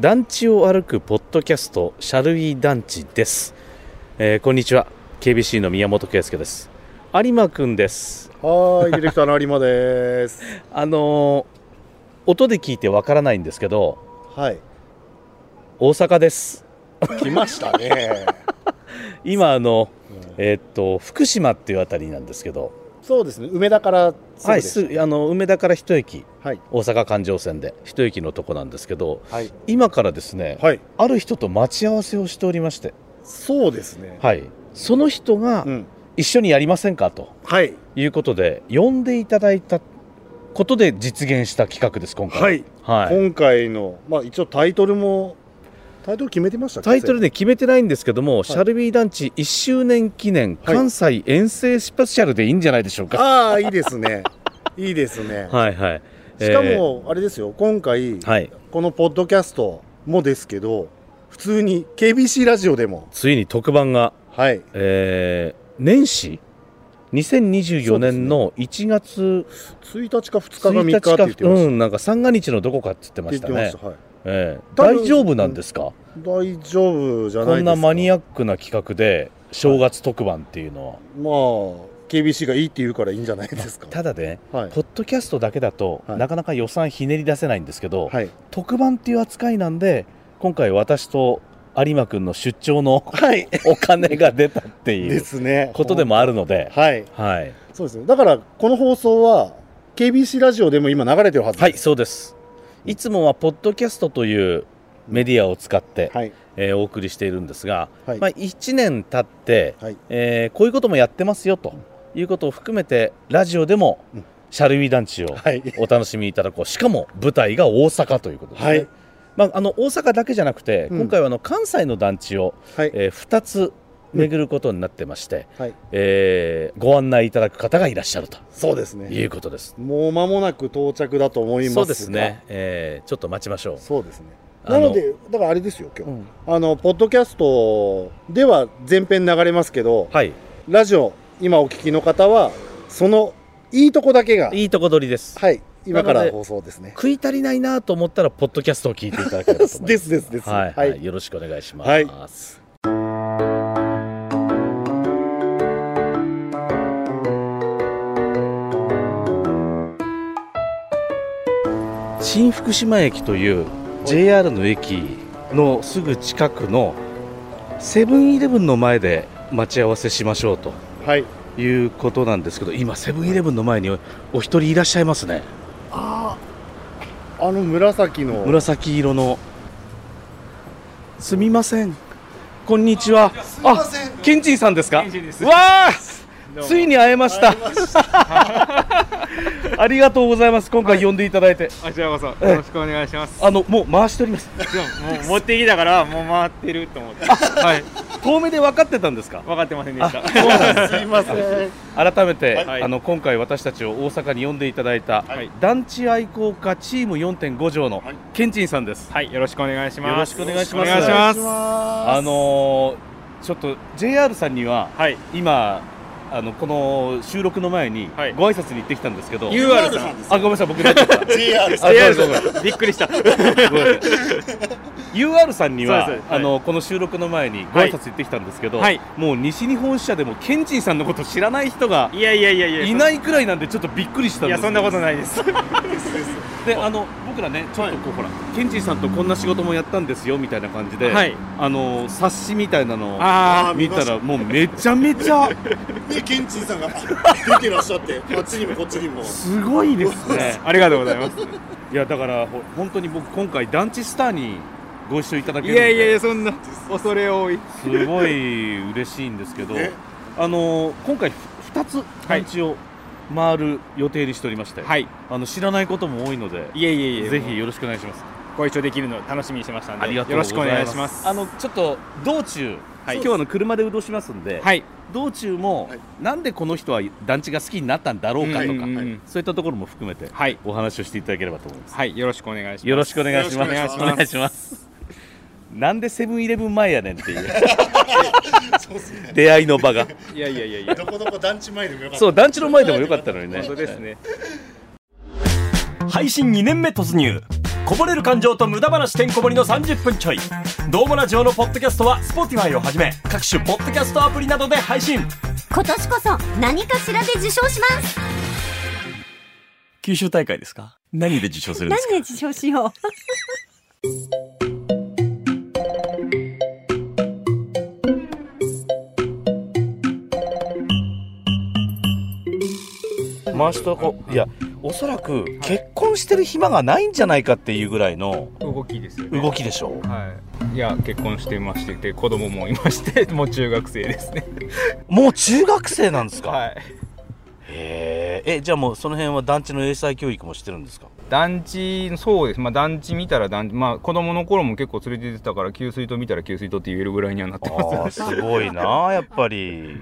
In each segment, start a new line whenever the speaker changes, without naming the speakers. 団地を歩くポッドキャストシャルウィ団地です、えーこんにちは KBC の宮本圭介です有馬くんです
はーい、ディレクターの有馬です。
あのー音で聞いてわからないんですけど
はい、
大阪です
来ましたね。
今あの
うん
えーっと福島っていうあたりなんですけど
そうですね、梅田からすぐ
はい
です。
すぐあの梅田から一駅
はい、
大阪環状線で一駅のとこなんですけど
はい、
今からですね、
はい、
ある人と待ち合わせをしておりまして
そうですね。
はいその人が
うん、
一緒にやりませんかと
はい、
いうことで呼んでいただいたことで実現した企画です今回
はい、
はい、
今回の、まあ、一応タイトルも。タイトル決めてましたっけ。
タイトルね決めてないんですけども、シャルビー団地1周年記念関西遠征スペシャルでいいんじゃないでしょう
先生。
か
ああ、いいですね。いいですね。
はいはい
しか
え
も、あれですよ、今回、
ーはい
このポッドキャストもですけど。普通に KBC ラジオでも。
ついに特番が、
はい。
えー年始2024年の1月
一日か二日か
1
三日
日
って
か
言ってまし
うんなんか三が日のどこかって言って
た。
ま
言
し
ったてま
ね
した。はい。
ええ
多分
大丈夫なんですか
大丈夫じゃない
こ
ですか
んなマニ
ア
アックな企画で正月特番っていうのは、
まあ KBC がいいって言うからいいんじゃないですか
ただね
はい
ポッドキャストだけだと、
はい
なかなか予算ひねり出せないんですけど、
はい、
特番っていう扱いなんで今回私と有馬くんの出張の
はい、
お金が出たってい
で
う
すね
ことでもあるので、
はい
はい、
そうですねだからこの放送は KBC ラジオでも今流れてるはず
はい、
です
そうですいつもはポッドキャストというメディアを使って、
はい
えーお送りしているんですが、
はい
まあ、1年経って、
はい
えーこういうこともやってますよということを含めてラジオでも
うん
シャルウィ団地を
はい
お楽しみいただこうしかも舞台が大阪ということですね、
はい
まあ、あの大阪だけじゃなくて、
うん
今回はあの関西の団地を、
はい
えー2つ巡ることになってまして、
はい
えーご案内いただく方がいらっしゃると
そうですね
いうことです。
もう間もなく到着だと思いますが
そうですね、えーちょっと待ちましょう。
そうですね
あ
なのでだからあれですよ今
う
日、
ん
あのポッドキャストでは前編流れますけど
はい、
ラジオ今お聞きの方はそのいいとこだけが
いいとこ取りです。
はい今か
なので
ら放送ですね
食い足りないなと思ったらポッドキャストを聞いていただければと思います
ですですです
はい、はい
はい
よろしくお願いします、
はい
新福島駅という JR の駅のすぐ近くのセブンイレブンの前で待ち合わせしましょうと
はい
いうことなんですけど今セブンイレブンの前におお一人いらっしゃいますね
あああの紫の
紫色のすみませんこんにちは
すいません
ケンチンさんですか
ケンチンです
わあついに会えました
会えました
ありがとうございます今回呼んでいただいて、
あちらこそよろしくお願いします。
あのもう回しております
でももう持ってきたからもう回ってると思って。はい。
遠目で分かってたんですか
分かってませんでした。
すいません
改めて、
はい
あの今回私たちを大阪に呼んでいただいた、
はい
団地愛好家チーム4.5条のケンチンさんです、
はい、よろしくお願いします。
よろしくお願いします
お願いします。
あのーちょっと JR さんには
はい。
今あのこの収録の前に
はい
ご挨拶に行ってきたんですけど、
UR さん。
あごめんなさい僕出ちゃった
JR
あ
JR
ごめんなさい
さん。びっくりした。
ごめんなさい UR さんには、
そうです
あのこの収録の前にご挨拶行ってきたんですけど、
はい
もう西日本支社でもケンチンさんのこと知らない人が
いやいやいやいや。
いないくらいなんでちょっとびっくりしたん
い
で
や
す
そんなことないです。
であの僕らねちょっとこう、ほらケンチンさんとこんな仕事もやったんですよみたいな感じで、
はい
あの冊子みたいなのを
あ
見たらもうめちゃめちゃ
ねケンチンさんが出てらっしゃってあっちにもこっちにも
すごいです
あ、ね、ありがとうございます。
いやだからほ本当に僕今回団地スターにご 一緒いただけ
い
るの
や
で
いやいやそんな恐れ多い。
すごい嬉しいんですけど、あの今回ふ2つ団地を回る予定にしておりまして、
はい。
あの知らないことも多いので
いやいやいや。
ぜひよろしくお願いします
ご一緒できるの楽しみにしてました
あ
んで。
り
よ
がとう
ろ
ご
し
ざ
くお
い
願
ま
い
す
します。
あのちょっと道中、
はい
今日はあの車で移動しますんで、
はい。
道中も、
はい
なんでこの人は団地が好きになったんだろうかとか、
うんうんうん
そういったところも含めて
はい。
お話をしていただければと思います、
はい。よろしくお願いします。
よろしくお願いします
よろしくお願いします
お願いします なんでセブンイレブン前やねんっていう 出会いの場が
いやいやいやいや。
どこどこ団地前でもよか
そう団地の前でもよかったのにね
本当ですね。
配信2年目突入こぼれる感情と無駄話てんこ盛りの30分ちょいどうもラジオのポッドキャストは Spotify をはじめ各種ポッドキャストアプリなどで配信
今年こそ何かしらで受賞します
九州大会ですか何で受賞するんですか
で受賞しよう
回しとこういやおそらく結婚してる暇がないんじゃないかっていうぐらいの
動きですよね
動きでしょう
はいいや結婚してましてて子供もいまして もう中学生ですね
もう中学生なんですか、
はい
へええじゃあもうその辺は団地の英才教育もしてるんです か
団地そうですまあ団地見たら団地まあ子供の頃も結構連れてってたから給水塔見たら給水塔って言えるぐらいにはなってます
ああすごいなやっぱり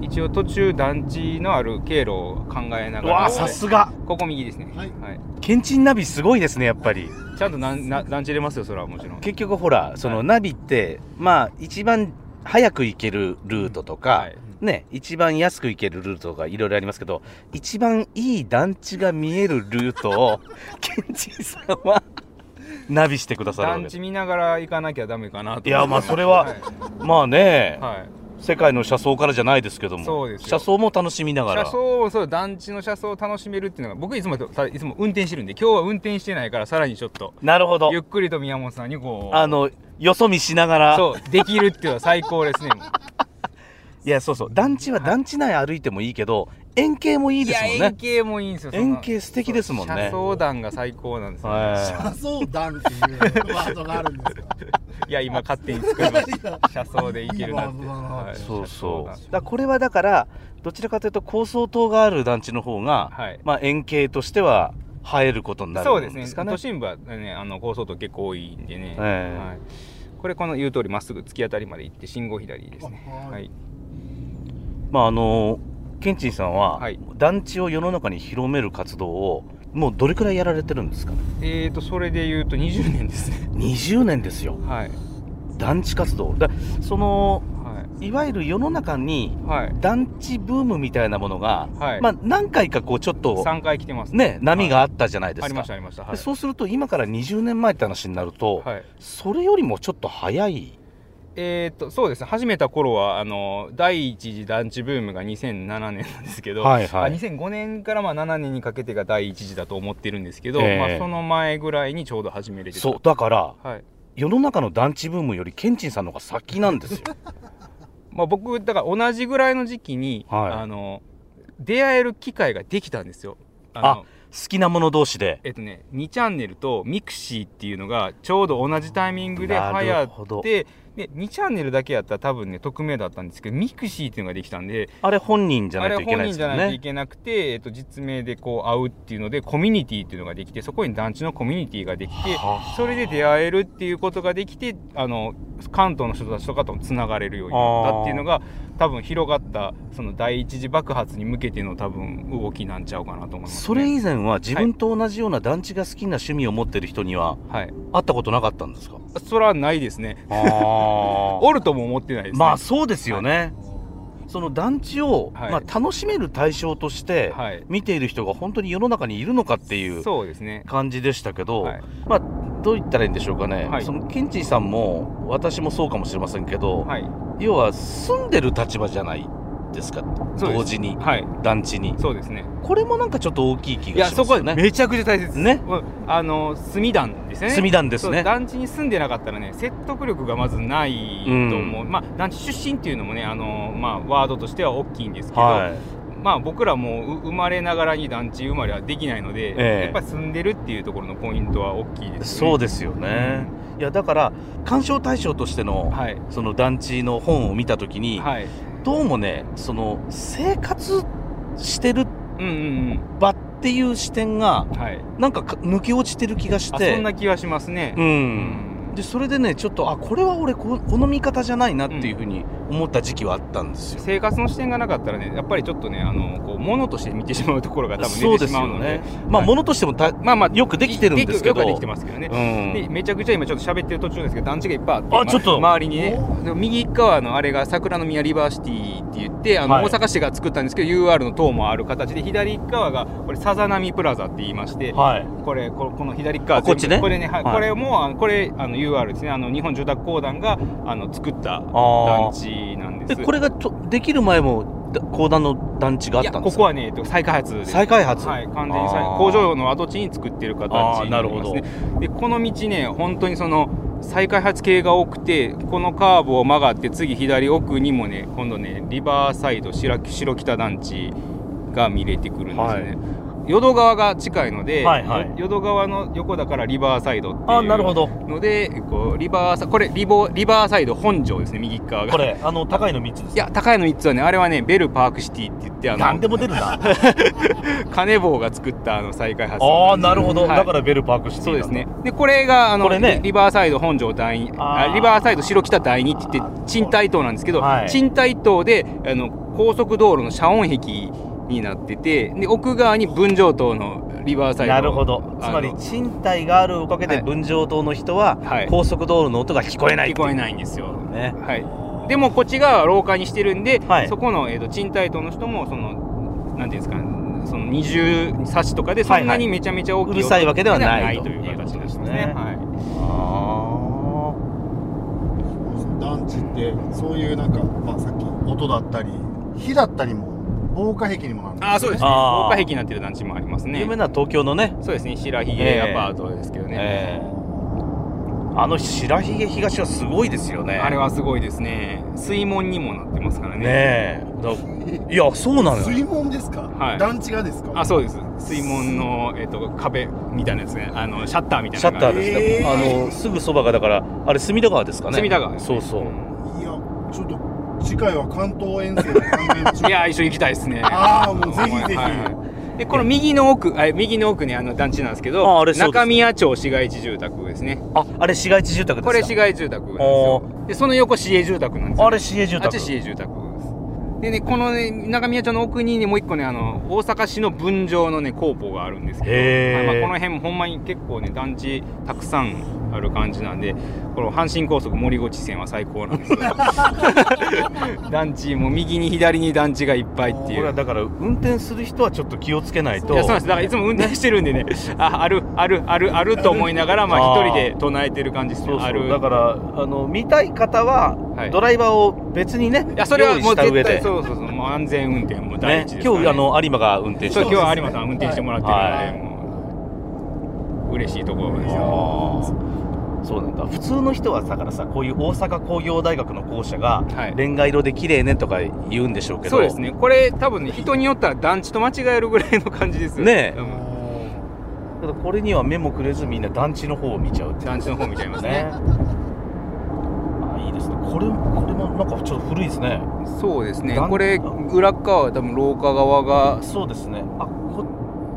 一応途中団地のある経路を考えながら
うわあさすが
ここ右ですね
は
はいい、
けんちんナビすごいですねやっぱり
ちゃんとなな団地入れますよそれはもちろん
結局ほらそのナビってまあ一番早く行けるルートとか、
はい
ね、一番安く行けるルートとかいろいろありますけど一番いい団地が見えるルート をケンチンさんはナビしてくださるわけ
団
です
地見ながら行かなきゃダメかなと
いやまあそれは
はい
まあね、
はい
世界の車窓からじゃないですけども
そうですよ
車窓も楽しみなが
車
ら
窓をそう団地の車窓を楽しめるっていうのが僕いつもとさいつも運転してるんで今日は運転してないからさらにちょっと
なるほど
ゆっくりと宮本さんにこう
あのよそ見しながら
そうできるっていうのは最高ですね
いやそうそう団地は団地内歩いてもいいけど円形も いいですもん
や円
ね
形もいいんですよその
円形素敵ですもんね
車窓団が最高なんですよ、
は
車窓団っていうワードがあるんですか
い、や今勝手に作りました車窓で行けるなって
いいわ
はいい
そうそうだか
車窓
らこれはだからどちらかというと高層棟がある団地の方が、
団はい
まあ、円形としては映えることにな
そう
る
で
ん
す
で
ね
すかね
都。心部はねあの高層棟結構多いんでね、
ええ
はい、これこの言う通りまっすぐ突き当たりまで行って信号左ですねはい
まああのケンチンさんは、
はい
団地を世の中に広める活動をもうどれくらいやられてるんですかね。
えーとそれで言うと20年ですね
20年ですよ
はい
団地活動だその
はい
わゆる世の中に
いはい
団地ブームみたいなものが、
はい、
まあ、何回かこうちょっと
3回来てます
ね波が
あ
あったじゃないです
あり
か、
ましたありましたは
で
い
そうすると今から20年前って話になると、
はい
それよりもちょっと早い
えー、とそうですね始めた頃はあの第一次団地ブームが2007年なんですけど、
はいはい
あ2005年からまあ7年にかけてが第一次だと思ってるんですけど、
ええ
まあ、その前ぐらいにちょうど始めれてた
そうだから
はい
世の中の団地ブームよりケンチンさんの方が先なん ですよ
まあ、僕だから同じぐらいの時期に、
はい
あの出会える機会ができたんですよあの
あ好きなもの同士で
えっとね2チャンネルとミクシーっていうのがちょうど同じタイミングで流
なる
行っ
ほど
てで2チャンネルだけやったら多分ね匿名だったんですけどミクシーっていうのができたんで
あれ本人じゃ
あ
ない
れ
といけ
本
ないで
人
す
じ
よ
ゃないとい
ね
けなくて、えっと、実名でこう会うっていうのでコミュニティっていうのができてそこに団地のコミュニティができて
はあ
それで出会えるっていうことができてあの関東の人たちとかともつながれるようになったっていうのが多分広がったその第一次爆発に向けての多分動きなんちゃうかなと思います、
そ
ね、
れ以前は自分と同じような団地が好きな趣味を持ってる人には
はい
会ったことなかったんですか
それはないですね
あ
おるとも思ってないです、ね、
まあそうですよね、その団地を、
はい
まあ、楽しめる対象として
はい
見ている人が本当に世の中にいるのかっていう
そうですね
感じでしたけど、
はい
まあどう言ったらいいんでしょうかね、
はい
そのケンチンさんも私もそうかもしれませんけど、
はい
要は住んでる立場じゃないですか
そうです
同時に
はい
団地に
そうですね
これもなんかちょっと大きい気
い
が
や
しま
そ
す
こは
よね
めちゃくちゃ大切です
ね
うんあの住団ですよね
住み団です
そう
ね
団地に住んでなかったらね説得力がまずないと思う、まあ団地出身っていうのもねあの、まあ、ワードとしては大きいんですけど、
はい
まあ僕らもう生まれながらに団地生まれはできないので、
ええ
やっぱり住んでるっていうところのポイントは大きいです
そう
よね
ですよね、いやだから鑑賞対象としての、
はい
その団地の本を見た時に、
はい
どうもねその生活してる
うんうん
場っていう視点が
うんはい
なんかか抜け落ちてる気がし
あ
て
そんな気はしますね
う
うんん
でそれでねちょっとあこれは俺ここの見方じゃないなっていうふうに思った時期はあったんですよ、
生活の視点がなかったらねやっぱりちょっとねあのこう物として見てしまうところが多分
そ
出
う
て
で
し
す
まう
よ
ので
ねまあ、
はい
ものとしてもた
まあまあ
よくできてるんですけど
よくできてますけどね
う、ん
でめちゃくちゃ今ちょっと喋ってる途中ですけど団地がいっぱいあって
あちょっと
ま周りにねで右側のあれが桜の宮リバーシティって言ってあの、
はい
大阪市が作ったんですけど UR の塔もある形で左側がこれさざ波プラザって言いまして、
はい
これここの左側
あこっちね
全部これね、はい
はい
これもあのこれあの UR ですねあの日本住宅公団があの作った
あ
団地なんで
ですこれがちょできる前もだ公団の団地があ
い
っ
や
たん
こ
です
こ
か
はねえっと再開発です
再開発
はい完全に再
あー
工場の跡地に作ってる形にな
あー
り
なる
ま
ほど
すねでこの道ね本当にその再開発系が多くてこのカーブを曲がって次左奥にもね今度ねリバーサイド白白北団地が見れてくるんですね、淀川が近いので、
はいはい
よ淀川の横だからリバーサイドっていう
あなるほど
のでこうリバーサこれリボリバーサイド本庄ですね右側が
これあの高いの3つで す
いや高いの3つはねあれはねベルパークシティって言ってあの
何でも出 るな
カネボウが作ったあの再開発
ああなるほど、
はい
だからベルパークシティ
そうです
なん
ねでこれがあの
これね
リリバーサイド本庄第二
あー
あリバーサイド白北第二って言って賃貸棟なんですけど、
はい
賃貸棟であの高速道路の遮音壁になっててで奥側に分譲棟のリバーサ
だ
イド
なるほど
あ
つ
の
まり
賃貸があるおかげ
は
で
い
分譲棟の人は
はい
高速道路の音が聞こえない
聞こえないんですよ
ね
はいでもこっちが廊下にしてるんで、
はい
そこの、えー、と賃貸棟の人もそのなんていうんですかねその二重差しとかでそんな
はいは
に
い
めちゃめちゃ大きいう
るさいわけではない
という形です
ということです
ね
ね。
はい
あ
団地ってそういうなんか、まあ、さっき音だったり火だったりも防火壁にもなるんですよね
あーそうです
あ
ね。
ー
防火壁になってる団地もあります
あ
ね。
有名な東京のね、
そうですね。白ひ
え
げ
え
アパートですけどね。
えーあの白ひげ東はすごいですよね
あれはすごいですね。水門にもなってますからね。
ねえだいやそうなのよ
水門ですか、
はい
団地がですか
あ、そうです。水門のえっ、と壁みたいなやつね。あのシャッターみたい
シャ
な
ッター
感じ。
です
え
ね、
ー
あのすぐそばがだからあれ隅田川ですかね
隅田川です
そうそう
いやちょっと次回は関東遠征の関連中
いやー一緒に行きたいですね。
ああもうぜひぜひ、
はいはいでこの右の奥、あ右の奥にあの団地なんですけど、
ああれそうです
中宮町市街地住宅ですね。
ああれ市街地住宅ですか
これ市街地住宅なんですよ。でその横市営住宅なんですよ。
あれ市営住
あっ
宅
ち市営住宅です。でね、このね、中宮町の奥にね、もう一個ね、あの、大阪市の分譲のね、工房があるんですけど、
へー
はいまあ、この辺もほんまに結構ね、団地たくさんある感じなんで、この阪神高速森口線は最高な んですよ。団地、もう右に左に団地がいっぱいって
こ
い
れは
う。
だから運転する人はちょっと気をつけない
い
と
やそうなんですだからいつも運転してるんでね、ああるあるあるあると思いながら、まあ、
あー
一人で唱えてる感じですね
そうそう
ある
だからあの見たい方は、
はい
ドライバーを別にね
いやそれはもう
用意した
絶
上
対
で
そうそうそうもう安全運転も第
ね
一ですから、
今日あの有馬が運転して
そう
ます
今日は有馬さん運転してもらってる
は
んで、もう嬉しいところですよ。
あーそうなんだ普通の人はだからさこういう大阪工業大学の校舎が
はい
レンガ色で綺麗ねとか言うんでしょうけど
そうですね。これ多分ね人によったら団地と間違えるぐらいの感じですよ
ねえ
うん
ただこれには目もくれずみんな団地の方を見ちゃうっていう
団地の方見ちゃいますね。
ねあいいですねこれこれもなんかちょっと古いですね
そうですね
団。地
これ裏側は多分廊下側が
そうですねあこ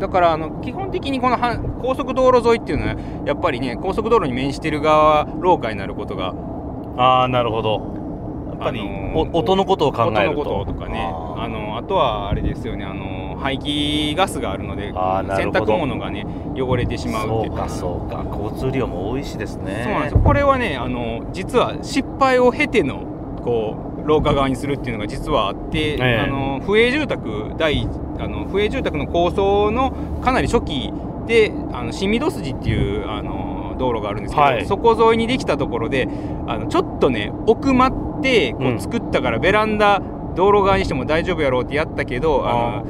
だからあの基本的にこのは高速道路沿いっていうのはやっぱりね高速道路に面してる側廊下になることが
ああなるほどやっぱり、
あのー
お音のことを考えると
音のこととかね
あ
あ
ー
のあとはあれですよねあの排気ガスがあるので
あーな
洗
るほど
濯物がね汚れてしまうって
そ
いう
うかそうか交通量も多いしですね
そうなんですよこれはねあの実は失敗を経てのこう廊下側にするっていうのが実はあって、
ええ
あの不営住宅第一あの不営住宅の構想のかなり初期であの新緑筋っていうあの道路があるんですけど、
はい
そこ沿いにできたところであのちょっとね奥まってこ
う
うん作ったからベランダ道路側にしても大丈夫やろうってやったけど、あ
あ
の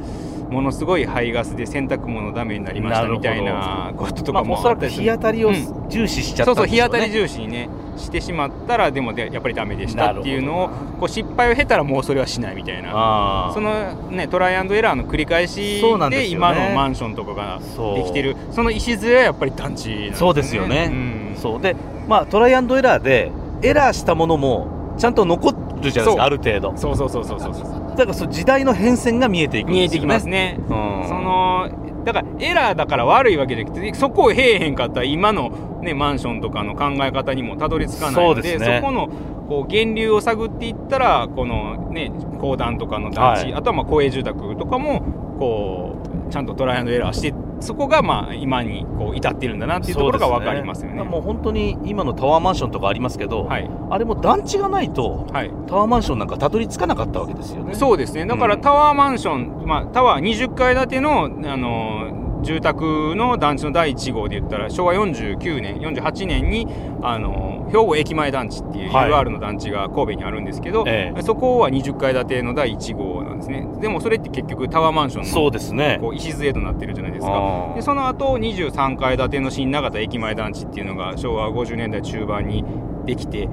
ものすごい排ガスで洗濯物ダメになりまし
な
た
るほど
みたいなことと
ま
か
あ、お
も
そ
あ
ら
った
く
りする
日当たりを
う
重視しちゃった
そ
ん
うそう
で
日
しょ
当
う
たり
ね
重視にねしてしまったらでもでやっぱりダメでしたっていうのをこう失敗を経たらもうそれはしないみたいな
あー
そのねトライアンドエラーの繰り返し
そうなん
で
ですよね
今のマンションとかが
そう
できてるその礎はやっぱり団地なんですよね
そうですよね
うん
そうでまあトライアンドエラーでエラーしたものもちゃんと残るじゃないです
そう
かある程度
そうそうそうそうそうそう
だからその時代の変遷が見えていくん
見え
ですよね
てきますね
うん
そのだからエラーだから悪いわけじゃなくてそこをへえへんかったら今の、ね、マンションとかの考え方にもたどり着かないので
そうですね
そこのこう源流を探っていったらこのね公団とかの団地、
はい
あとはまあ公営住宅とかもこうちゃんとトライアンドエラーしてそこがまあ今にこう至ってるんだなっていうところが分かりますよね。
そうでもう本当に今のタワーマンションとかありますけど、
はい、
あれも団地がないと
はい
タワーマンションなんかたどり着かなかったわけですよね。
そうですね。だから
うん
タワーマンション、まあタワー20階建てのあの住宅の団地の第1号で言ったら昭和49年、48年にあの兵庫駅前団地っていう
はい
UR の団地が神戸にあるんですけど、
え
そこは20階建ての第1号なんですね。でもそれって結局タワーマンションの
そうですね。
こう礎となってるじゃないですか。
あー
でその後23階建ての新長田駅前団地っていうのが昭和50年代中盤にできて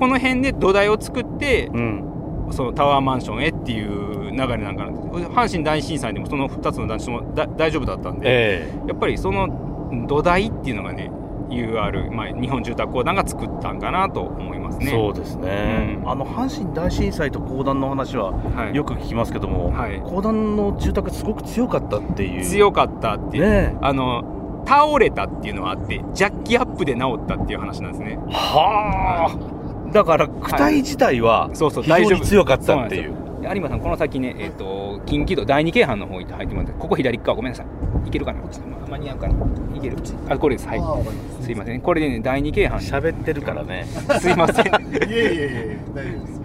この辺で土台を作って
うん、
そのタワーマンションへっていう流れなんかな阪神大震災でもその2つの団地ともだ大丈夫だったんで、
ええ
やっぱりその土台っていうのがね UR、まあ、日本住宅公団が作ったんかなと思いますね。
そうですね、
うん
あの阪神大震災と公団の話は
はい
よく聞きますけども、
はい
公団の住宅すごく強かったっていう
強かったっていう、
ね
あの倒れたっていうのはあってジャッキアップで治ったっていう話なんですね。
えはあだから躯体自体は
そうそう
非常
大丈
に
夫
強かったっていう,、
で有馬さんこの先ねえっ、と近畿道第二京阪の方に入ってもらってここ左側ごめんなさいいけるかなちょっとま間に合うかないけるあこれですはい
ああわかります
すいませんこれでね第二京阪に
喋ってるからね
すいません
いえいえいえ大丈夫です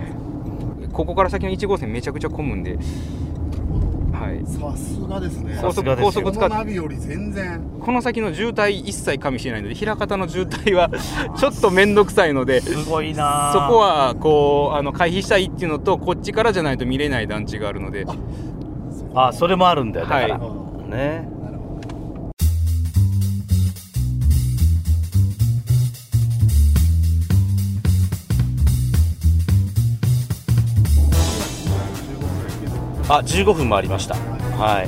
ここから先の1号線めちゃくちゃ混むんではい
さすがですね
さ
高
すが
速
ですよ
こ
高速使
の
っ
ナ
て
ビより全然
この先の渋滞一切加味してないので枚方の渋滞は ちょっと面倒くさいのですそ
ごい
こ
なあ
はこうあの回避したいっていうのとこっちからじゃないと見れない団地があるので
あそれもあるんだよだから、
は
ね
なるほど
あ15分もありましたは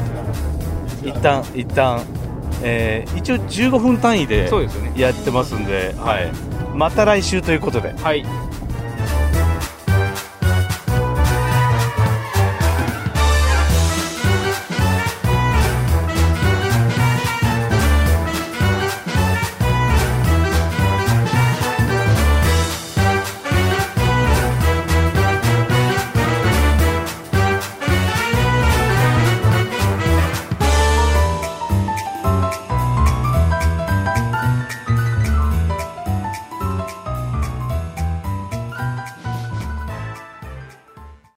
い、一旦一旦、えー、一応15分単位で
そうですよね
やってますんではいまた来週ということで
はい